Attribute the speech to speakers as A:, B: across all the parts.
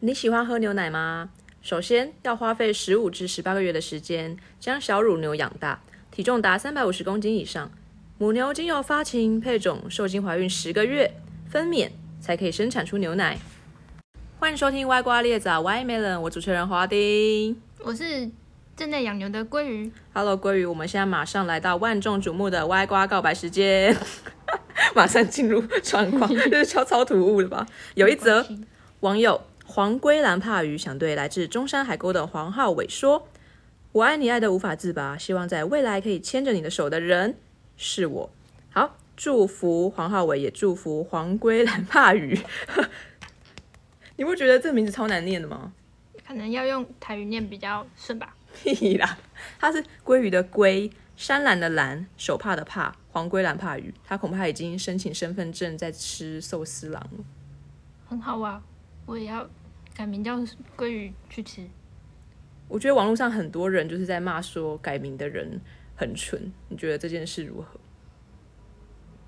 A: 你喜欢喝牛奶吗？首先要花费十五至十八个月的时间，将小乳牛养大，体重达三百五十公斤以上。母牛经由发情、配种、受精怀孕十个月、分娩，才可以生产出牛奶。欢迎收听《歪瓜裂枣 y Melon》，我主持人华丁。
B: 我是正在养牛的鲑鱼，
A: Hello，鲑鱼，我们现在马上来到万众瞩目的歪瓜告白时间， 马上进入状况，这是超超突兀的吧？有一则网友黄龟蓝帕鱼想对来自中山海沟的黄浩伟说：“我爱你爱的无法自拔，希望在未来可以牵着你的手的人是我。”好，祝福黄浩伟，也祝福黄龟蓝帕鱼。 你不觉得这名字超难念的吗？
B: 可能要用台语念比较顺吧。
A: 屁啦，它是鲑鱼的鲑，山兰的兰，手帕的帕，黄龟蓝帕鱼。它恐怕已经申请身份证在吃寿司郎了。
B: 很好啊，我也要改名叫鲑鱼去吃。
A: 我觉得网络上很多人就是在骂说改名的人很蠢，你觉得这件事如何？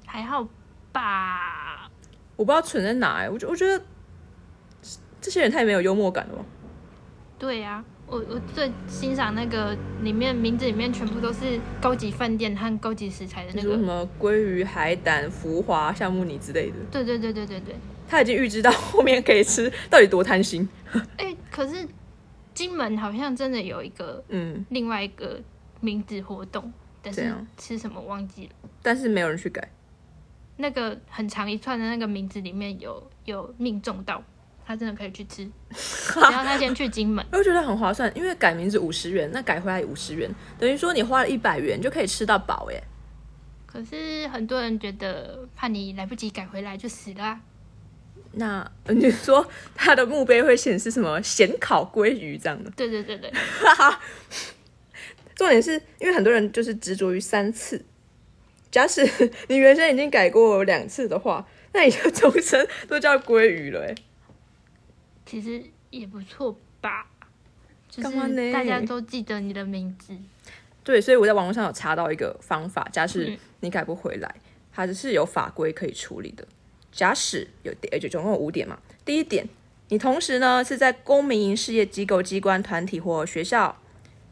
B: 还好吧，
A: 我不知道蠢在哪、欸，我觉我觉得这些人太没有幽默感了吧。
B: 对呀、我我最欣赏那个里面名字里面全部都是高级饭店和高级食材的
A: 你
B: 那
A: 说什
B: 个。
A: 么鲑鱼、海胆、浮华、夏目你之类的，
B: 对对对对对对，
A: 他已经预知到后面可以吃，到底多贪心？
B: 哎、可是金门好像真的有一个
A: 嗯，
B: 另外一个名字活动，但
A: 怎
B: 是
A: 样
B: 吃什么忘记了。
A: 但是没有人去改。
B: 那个很长一串的那个名字里面有有命中到，他真的可以 去吃，只要他先去金门。
A: 我觉得很划算，因为改名字五十元，那改回来五十元，等于说你花了一百元就可以吃到饱欸耶。
B: 可是很多人觉得怕你来不及改回来就死了啊、
A: 那呃你说它的墓碑会显示什么咸烤鲑鱼这样的？
B: 对对对对，
A: 重点是因为很多人就是执着于三次，假使你原先已经改过两次的话，那你就终身都叫鲑鱼了欸耶。
B: 其实也不错吧，就
A: 干嘛呢
B: 是大家都记得你的名字。
A: 对，所以我在网络上有查到一个方法，假使
B: 嗯
A: 你改不回来，它是有法规可以处理的。假使有点，而且总共有五点嘛。第一点，你同时呢是在公民营事业机构、机关、团体或学校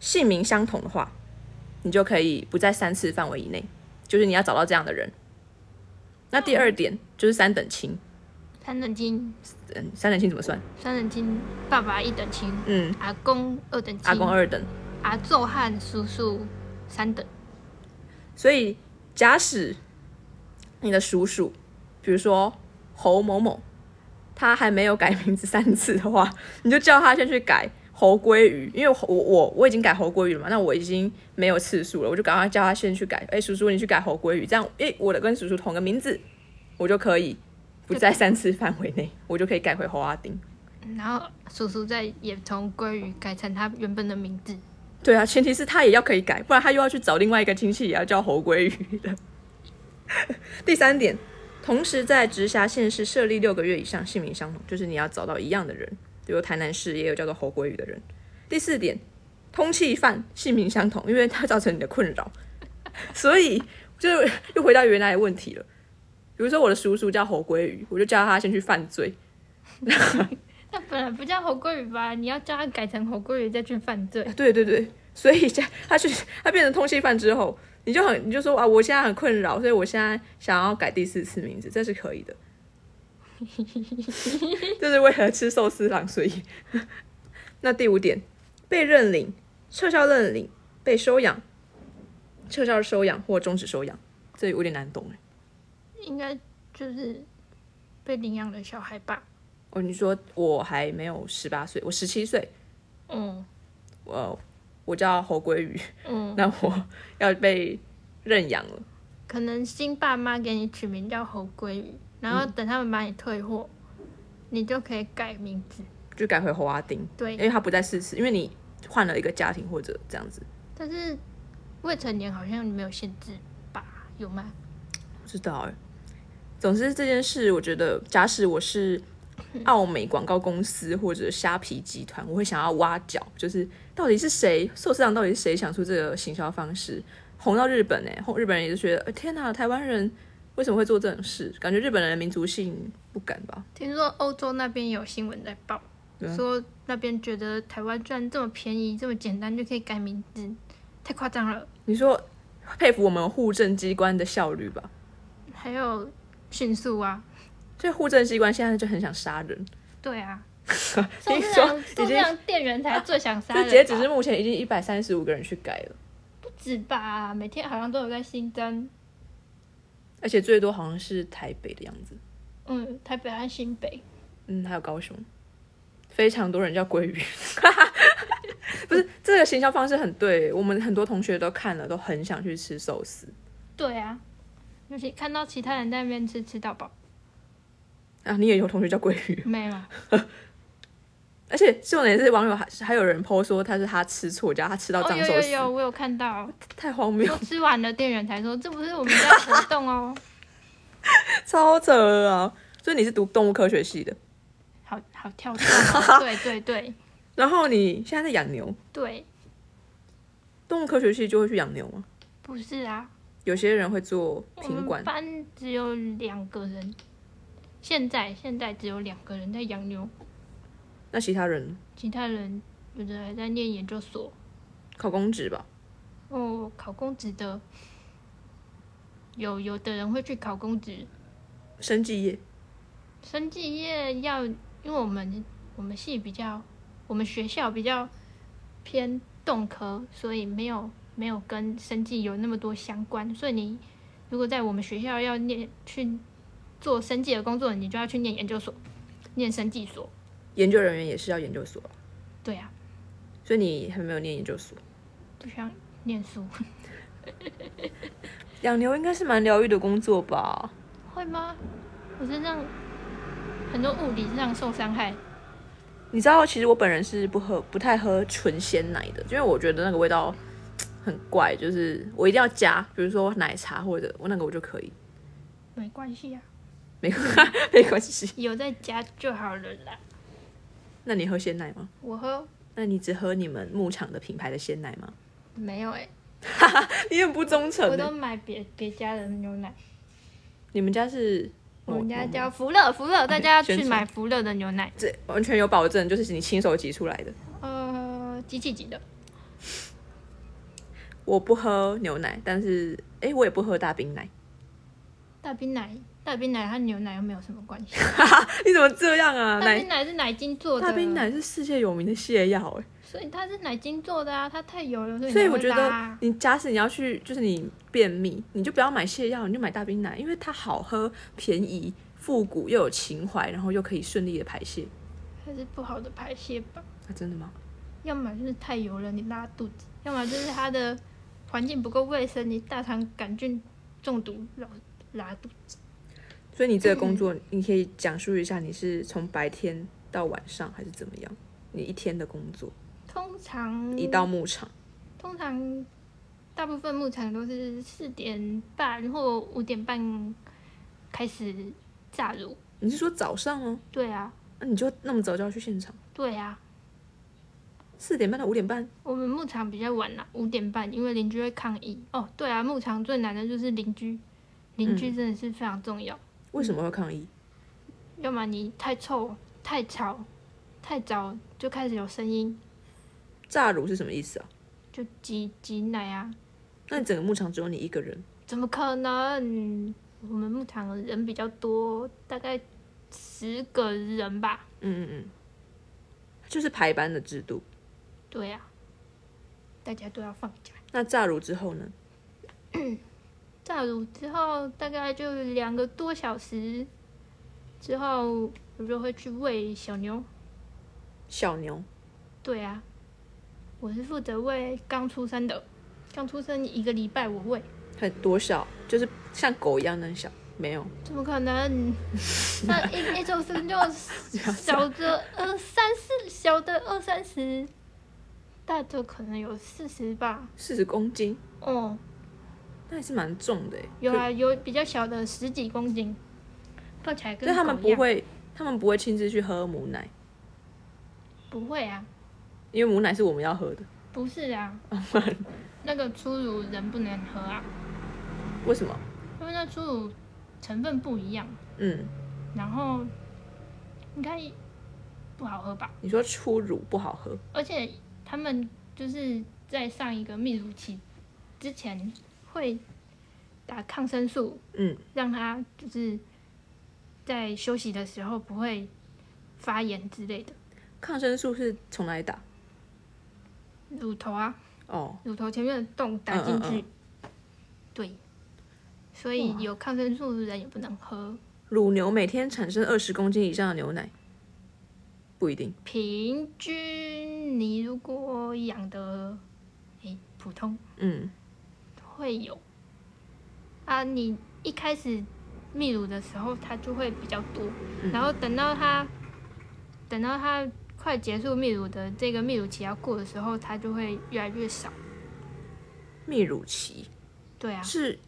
A: 姓名相同的话，你就可以不在三次范围以内，就是你要找到这样的人。那第
B: 哦
A: 二点就是三等亲，
B: 三等亲，
A: 嗯，三等亲怎么算？
B: 三等亲，爸爸一等亲，
A: 嗯，
B: 阿公二等亲，
A: 阿公二等，
B: 阿昼和叔叔三等。
A: 所以，假使你的叔叔，比如说侯某某，他还没有改名字三次的话， 你就叫他先去改侯鲑鱼，因为我我我已经改侯鲑鱼了嘛，那我已经没有次数了，我就赶快叫他先去改。哎、叔叔，你去改侯鲑鱼，这样，哎、我的跟叔叔同个名字，我就可以不在三次范围内，我就可以改回侯阿丁。
B: 然后叔叔再也从鲑鱼改成他原本的名字。
A: 对啊，前提是他也要可以改，不然他又要去找另外一个亲戚，也要叫侯龟鱼的。 第三点，同时在直辖县市设立六个月以上，姓名相同，就是你要找到一样的人，比如台南市也有叫做侯龟鱼的人。第四点，通气犯姓名相同，因为它造成你的困扰， 所以就又回到原来的问题了。比如说我的叔叔叫侯龟鱼，我就叫他先去犯罪，
B: 那本来不叫侯鲑鱼吧？你要叫他改成侯鲑鱼再去犯罪。
A: 对对对，所以这他去他变成通缉犯之后，你就很你就说啊，我现在很困扰，所以我现在想要改第四次名字，这是可以的。 这是为了吃寿司郎，所以 那第五点，被认领、撤销认领、被收养、撤销收养或终止收养，这有点难懂哎。
B: 应该就是被领养的小孩吧。
A: 哦，你说我还没有十八岁，我十七岁，
B: 嗯
A: 我我叫侯鲑鱼，
B: 嗯，
A: 那我要被认养了。
B: 可能新爸妈给你取名叫侯鲑鱼，然后等他们把你退货，你就可以改名字。
A: 就改回侯阿丁，
B: 对
A: 因为他不在四次，因为你换了一个家庭或者这样子，
B: 但是未成年好像没有限制吧？有吗？
A: 不知道哎。总之这件事，我觉得假使我是澳美广告公司或者虾皮集团，我会想要挖角，就是到底是谁寿司郎到底是谁想出这个行销方式，红到日本哎，红日本人也是觉得，呃天哪，台湾人为什么会做这种事？感觉日本人的民族性不敢吧？
B: 听说欧洲那边有新闻在报，说那边觉得台湾居然这么便宜，这么简单就可以改名字，太夸张了。
A: 你说佩服我们户政机关的效率吧？
B: 还有迅速啊，
A: 这户政机关现在就很想杀人，
B: 对啊，
A: 听 说
B: 宋这
A: 已
B: 宋这
A: 经
B: 样店员才最 想杀人
A: 这
B: 吧。
A: 截止是目前已经一百三十五个人去改了，
B: 不止吧？啊每天好像都有在新增，
A: 而且最多好像是台北的样子，
B: 嗯，台北和新北。
A: 嗯，还有高雄，非常多人叫鲑鱼。 不是这个行销方式很对，我们很多同学都看了，都很想去吃寿司。
B: 对啊，尤其看到其他人在那边吃吃到饱，
A: 啊，你也有同学叫鲑鱼，
B: 没有，
A: 而且重点是网友还还有人 PO 说他是他吃错家，他吃到
B: 哦
A: 藏
B: 有
A: 寿
B: 有
A: 司，
B: 有，我有看 到，
A: 太荒谬
B: 说，吃完了店员才说这不是我们家的活动哦，
A: 超扯了啊！所以你是读动物科学系的，
B: 好好跳动 哦，对对对
A: 然后你现在在养牛，
B: 对，
A: 动物科学系就会去养牛吗？
B: 不是啊，
A: 有些人会做品
B: 我们
A: 管，
B: 班只有两个人，现在现在只有两个人在养牛，
A: 那其他人
B: 其他人有的还在念研究所，
A: 考公职吧？
B: 哦，考公职的，有有的人会去考公职，
A: 生技业
B: 生技业要，因为我们我们系比较，我们学校比较偏动科，所以没有没有跟生技有那么多相关，所以你如果在我们学校要念去做生技的工作，你就要去念研究所，念生技所。
A: 研究人员也是要研究所啊，
B: 对啊，
A: 所以你还没有念研究所。
B: 不想念书，
A: 养牛应该是蛮疗愈的工作吧？
B: 会吗？我身上很多物理上受伤害，
A: 你知道，其实我本人是不喝、不太喝纯鲜奶的，因为我觉得那个味道很怪，就是我一定要加，比如说奶茶或者我那个我就可以，
B: 没关系啊，
A: 没没关 系。
B: 有在家就好了啦。
A: 那你喝鲜奶吗？
B: 我喝
A: 那你只喝你们牧场的品牌的鲜奶吗？
B: 没有哎、
A: 你很不忠诚
B: 我
A: 欸、
B: 都买别别家的牛奶，
A: 你们家是？
B: 我
A: 哦
B: 们家
A: 哦
B: 叫福乐，福乐，大家要
A: 宣
B: 去
A: 传
B: 买福乐的牛奶，
A: 这完全有保证，就是你亲手挤出来的。
B: 呃，机器级的，
A: 我不喝牛奶，但是哎、诶我也不喝大冰奶。
B: 大冰奶，大冰奶和牛奶又没有什么关系，
A: 你怎么这样啊？
B: 大
A: 奶
B: 冰奶是奶精做的，
A: 大冰，奶是世界有名的泻药哎，
B: 所以它是奶精做的啊，它太油了，所以
A: 所以
B: 你
A: 我
B: 会
A: 觉得
B: 拉
A: 你假使你要去，就是你便秘，你就不要买泻药，你就买大冰奶，因为它好喝、便宜、复古又有情怀，然后又可以顺利的排泄。
B: 还是不好的排泄吧，
A: 啊，真的吗？
B: 要么就是太油了，你拉肚子，要么就是它的环境不够卫生，你大肠杆菌中毒，然后拉肚子。
A: 所以你这个工 作，你可以讲述一下你是从白天到晚上还是怎么样？你一天的工作，
B: 通常
A: 一到牧场，
B: 通常大部分牧场都是四点半或五点半开始炸乳。
A: 你是说早上哦吗？
B: 对啊，
A: 那你就那么早就要去现场？
B: 对啊，
A: 四点半到五点半，
B: 我们牧场比较晚啦，五点半，因为邻居会抗议。哦，对啊，牧场最难的就是邻居，邻居真的是非常重要。
A: 为什么会抗议？
B: 要么你太臭、太吵、太早就开始有声音，
A: 炸乳是什么意思啊？
B: 就挤挤奶啊，
A: 那你整个牧场只有你一个人，
B: 怎么可能？我们牧场人比较多，大概十个人吧。
A: 嗯嗯嗯，就是排班的制度。
B: 对呀、大家都要放假。
A: 那炸乳之后呢？
B: 炸乳之后大概就两个多小时，之后我就会去喂小牛。
A: 小牛，
B: 对啊，我是负责喂刚出生的，刚出生一个礼拜我喂，
A: 很多小，就是像狗一样那么小，没有
B: 怎么可 能？那一一周生就小的呃三四，小的二三十，大的可能有四十吧。
A: 四十公斤，
B: 哦，
A: 那也是蛮重的诶。欸
B: 有啊，有比较小的十几公斤，抱起来
A: 可
B: 跟
A: 是他
B: 狗
A: 们
B: 一
A: 不
B: 样
A: 会，他们不会亲自去喝母奶，
B: 不会啊。
A: 因为母奶是我们要喝的。
B: 不是啊，那个初乳人不能喝啊，
A: 为什么？
B: 因为那初乳成分不一样。
A: 嗯，
B: 然后应该不好喝吧？
A: 你说初乳不好喝，
B: 而且他们就是在上一个泌乳期之前会打抗生素，
A: 嗯，
B: 让它就是在休息的时候不会发炎之类的。
A: 抗生素是从哪里打？
B: 乳头啊，
A: 哦，
B: 乳头前面的洞打进去，
A: 嗯嗯
B: 对，所以有抗生素的人也不能喝。
A: 乳牛每天产生二十公斤以上的牛奶，不一定。
B: 平均你如果养的，诶、普通
A: 嗯，
B: 会有啊，你一开始泌乳的时候它就会比较多，
A: 嗯
B: 然后等到它等到它快结束泌乳的这个泌乳期要过的时候，它就会越来越少。
A: 泌乳期
B: 对啊，
A: 是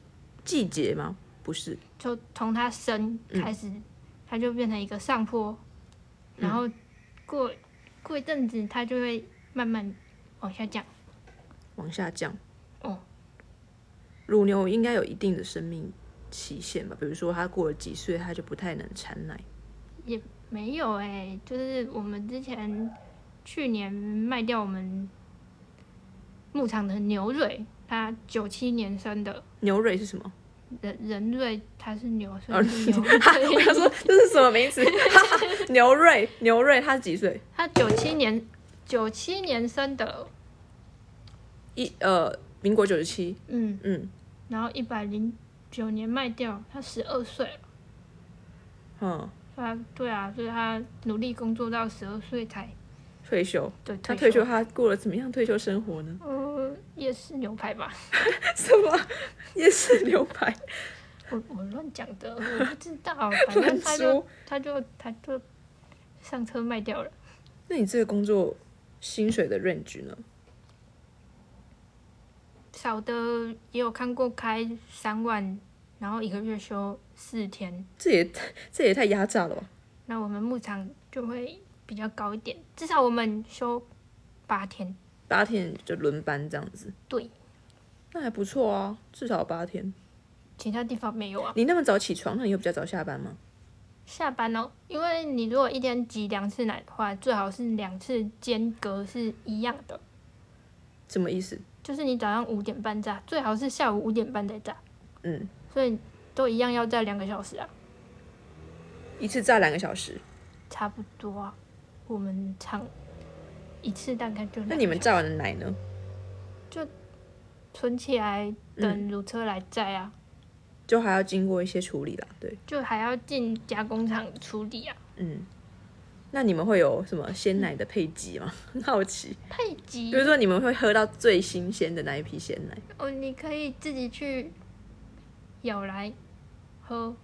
A: 季节吗？不是，
B: 就从它生开始，它就变成一个上坡，然后过过一阵子，它就会慢慢往下降。
A: 往下降。
B: 哦，
A: 乳牛应该有一定的生命期限吧？比如说它过了几岁，它就不太能产奶。
B: 没有哎、就是我们之前去年卖掉我们牧场的牛瑞，它九七年生的，
A: 牛蕊是什么？
B: 人人瑞它是牛，所
A: 哦
B: 以嗯是牛
A: 哈 我想
B: 瑞。
A: 说这是什么名词？哈哈牛瑞，牛瑞，它几岁？
B: 它九七年九七年生的，
A: 一呃，民国九十七。
B: 嗯，
A: 嗯
B: 然后一百零九年卖掉，它十二岁了。
A: 嗯，
B: 他对啊，所以他努力工作到十二岁才
A: 退休。
B: 对
A: 他退
B: 退
A: 休，，他过了怎么样退休生活呢？
B: 嗯，夜市牛排吧，
A: 什么夜市牛排？
B: 我我乱讲的，我不知道，反正他就他就他就上车卖掉了，
A: 那你这个工作薪水的 range 呢？
B: 少的也有看过开三万，然后一个月休四天，
A: 这也 这也太压榨了吧？
B: 那我们牧场就会比较高一点，至少我们休八天，
A: 八天就轮班这样子，
B: 对，
A: 那还不错啊，至少八天。
B: 其他地方没有啊。
A: 你那么早起床，那你有比较早下班吗？
B: 下班哦，因为你如果一天挤两次奶的话，最好是两次间隔是一样的，
A: 什么意思？
B: 就是你早上五点半炸，最好是下午五点半再炸，
A: 嗯，
B: 所以都一样要炸两个小时啊，
A: 一次炸两个小时，
B: 差不多啊。我们唱一次大概就两个
A: 那你们
B: 小时
A: 炸完的奶呢？
B: 存起来
A: 嗯
B: 等乳车来载啊，
A: 就还要经过一些处理啦，对，
B: 就还要进加工厂处理啊。
A: 嗯。那你们会有什么鲜奶的配给吗？ 很好奇，
B: 配
A: 比
B: 给
A: 如说你们会喝到最新鲜的那一批鲜奶，
B: 哦，你可以自己去舀来喝，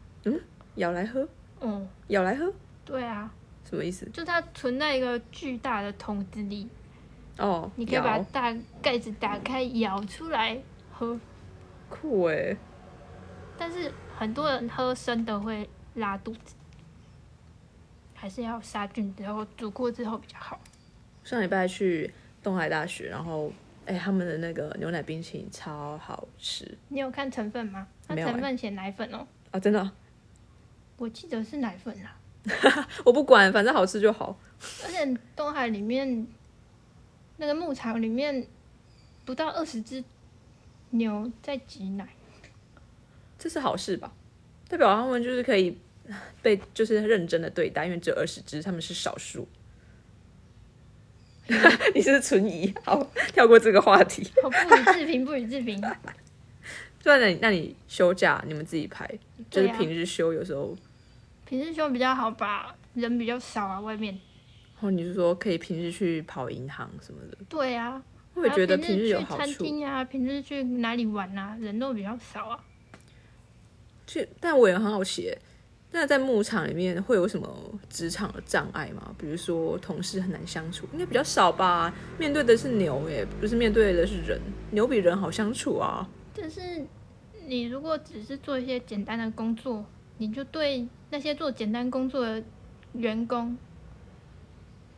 A: 舀来喝，
B: 嗯，
A: 舀来喝，
B: 对啊，
A: 什么意思？
B: 就它存在一个巨大的桶子里，
A: 哦，
B: 你可以把
A: 摇
B: 大盖子打开舀出来喝，
A: 酷哎，
B: 但是很多人喝生的会拉肚子，还是要杀菌之后煮过之后比较好。
A: 上礼拜去东海大学，然后哎、他们的那个牛奶冰淇淋超好吃
B: 你有看成分吗？它
A: 没有欸
B: 成分写奶粉哦，
A: 啊！真的 啊、
B: 我记得是奶粉啦。
A: 我不管，反正好吃就好。
B: 而且东海里面那个牧场里面不到二十只牛在挤奶，
A: 这是好事吧？代表他们就是可以被就是认真的对待，因为只有二十只，他们是少数。 你是不是存疑，好，跳过这个话题。
B: 哦好不予置评，不予置 评。
A: 对，啊那你那你休假你们自己排，就是
B: 对啊
A: 平日休，有时候
B: 平时休比较好吧，人比较少啊，外面。
A: 然后你就说可以平日去跑银行什么的。
B: 对啊，
A: 我也觉得
B: 啊
A: 平
B: 平
A: 日有
B: 去
A: 好
B: 餐
A: 处，
B: 厅啊，平日去哪里玩啊，人都比较少啊。
A: 去，但我也很好奇耶，那在牧场里面会有什么职场的障碍吗？比如说同事很难相处，应该比较少吧？面对的是牛耶，不是面对的是人，牛比人好相处啊。
B: 但是你如果只是做一些简单的工作，你就对那些做简单工作的员工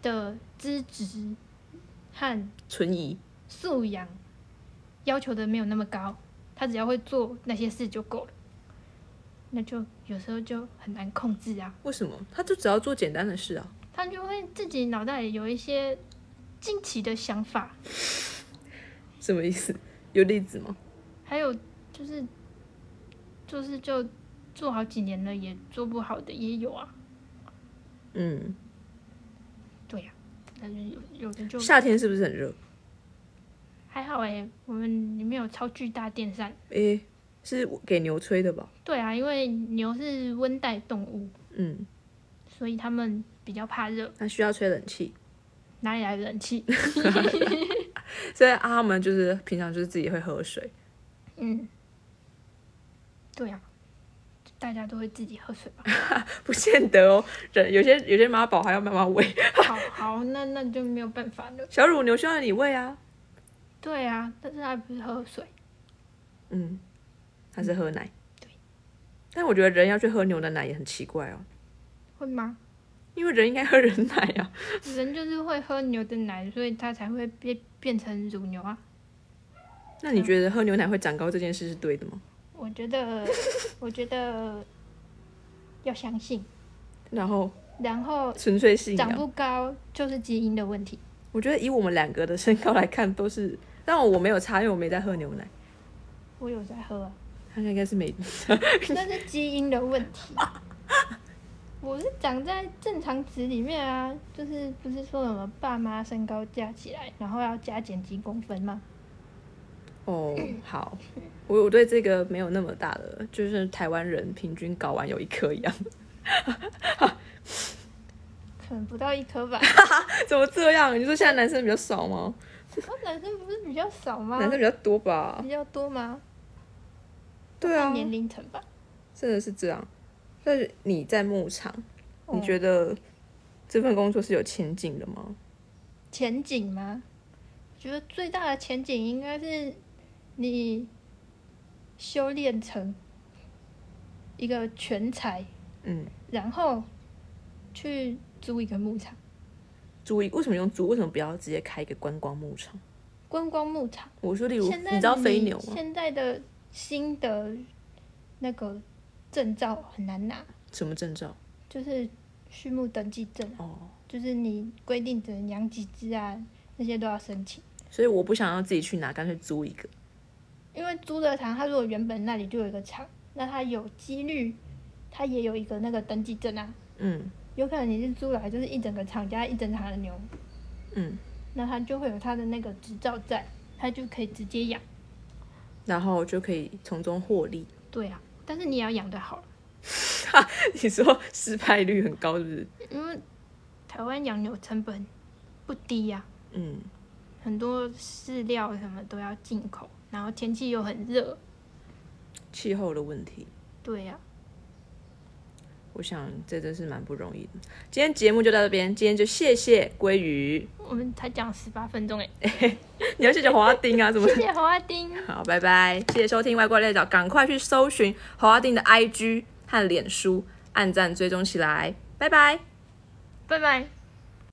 B: 的资质和
A: 存疑，
B: 素养要求的没有那么高，他只要会做那些事就够了。那就有时候就很难控制啊。
A: 为什么？他就只要做简单的事啊，
B: 他就会自己脑袋里有一些惊奇的想法，
A: 什么意思？有例子吗？
B: 还有就是就是就做好几年了也做不好的也有啊，
A: 嗯，
B: 对呀、但是有有的就
A: 夏天是不是很热？
B: 还好诶、我们里面有超巨大电扇。
A: 诶、是给牛吹的吧？
B: 对啊，因为牛是温带动物，
A: 嗯，
B: 所以它们比较怕热，
A: 它需要吹冷气，
B: 哪里来的冷气？
A: 所以啊，他们就是平常就是自己会喝水。
B: 嗯，对啊，大家都会自己喝水吧？
A: 不见得哦，人有些有些妈宝还要妈妈喂，
B: 好好，那那就没有办法了。
A: 小乳牛需要你喂啊，
B: 对啊，但是它不是喝水，
A: 嗯，它是喝奶。
B: 嗯
A: 但我觉得人要去喝牛的奶也很奇怪哦，
B: 会吗？
A: 因为人应该喝人奶啊。
B: 人就是会喝牛的奶，所以它才会变变成乳牛啊。
A: 那你觉得喝牛奶会长高这件事是对的吗？
B: 我觉得，我觉得要相信，
A: 然后
B: 然后
A: 纯粹信
B: 长
A: 仰，
B: 不高就是基因的问题。
A: 我觉得以我们两个的身高来看都是，但我没有差，因为我没在喝牛奶，
B: 我有在喝、啊，
A: 他应该是没
B: 那是基因的问题。 我是长在正常值里面啊，就是不是说什么爸妈身高加起来，然后要加减几公分吗？
A: 哦，好，我我对这个没有那么大的，就是台湾人平均睾丸有一颗一样，
B: 可能不到一颗吧。
A: 怎么这样？你说现在男生比较少吗？
B: 那男生不是比较少吗？
A: 男生比较多吧？
B: 比较多吗？
A: 对啊
B: 看，年龄层吧。
A: 真的是这样。但是你在牧场，你
B: 哦
A: 觉得这份工作是有前景的吗？
B: 前景吗？我觉得最大的前景应该是你修炼成一个全才，
A: 嗯，
B: 然后去租一个牧场，
A: 租一为什么用租？为什么不要直接开一个观光牧场？
B: 观光牧场。
A: 我说，例如
B: 现在
A: 你知道
B: 的
A: 飞牛吗？
B: 现在的新的那个证照很难拿，
A: 什么证照？
B: 就是畜牧登记证啊，
A: 哦，
B: 就是你规定只能养几只啊，那些都要申请。
A: 所以我不想要自己去拿，干脆租一个。
B: 因为租的场，它如果原本那里就有一个场，那它有几率，它也有一个那个登记证啊。
A: 嗯
B: 有可能你是租来就是一整个厂加一整场的牛，
A: 嗯，
B: 那它就会有它的那个执照在，它就可以直接养。
A: 然后就可以从中获利。
B: 对啊，但是你也要养的好，
A: 你说失败率很高是不是？
B: 因为台湾养牛成本不低呀、
A: 嗯，
B: 很多饲料什么都要进口，然后天气又很热。
A: 气候的问题，
B: 对啊呀、
A: 我想这真是蛮不容易的。今天节目就到这边，今天就谢谢鲑鱼，
B: 我们才讲十八分钟哎，
A: 你要谢谢黄阿丁啊，怎么
B: 谢？谢黄阿丁，
A: 好，拜拜，谢谢收听外挂列角，赶快去搜寻黄阿丁的 IG 和脸书，按赞追踪起来，拜拜。
B: 拜拜。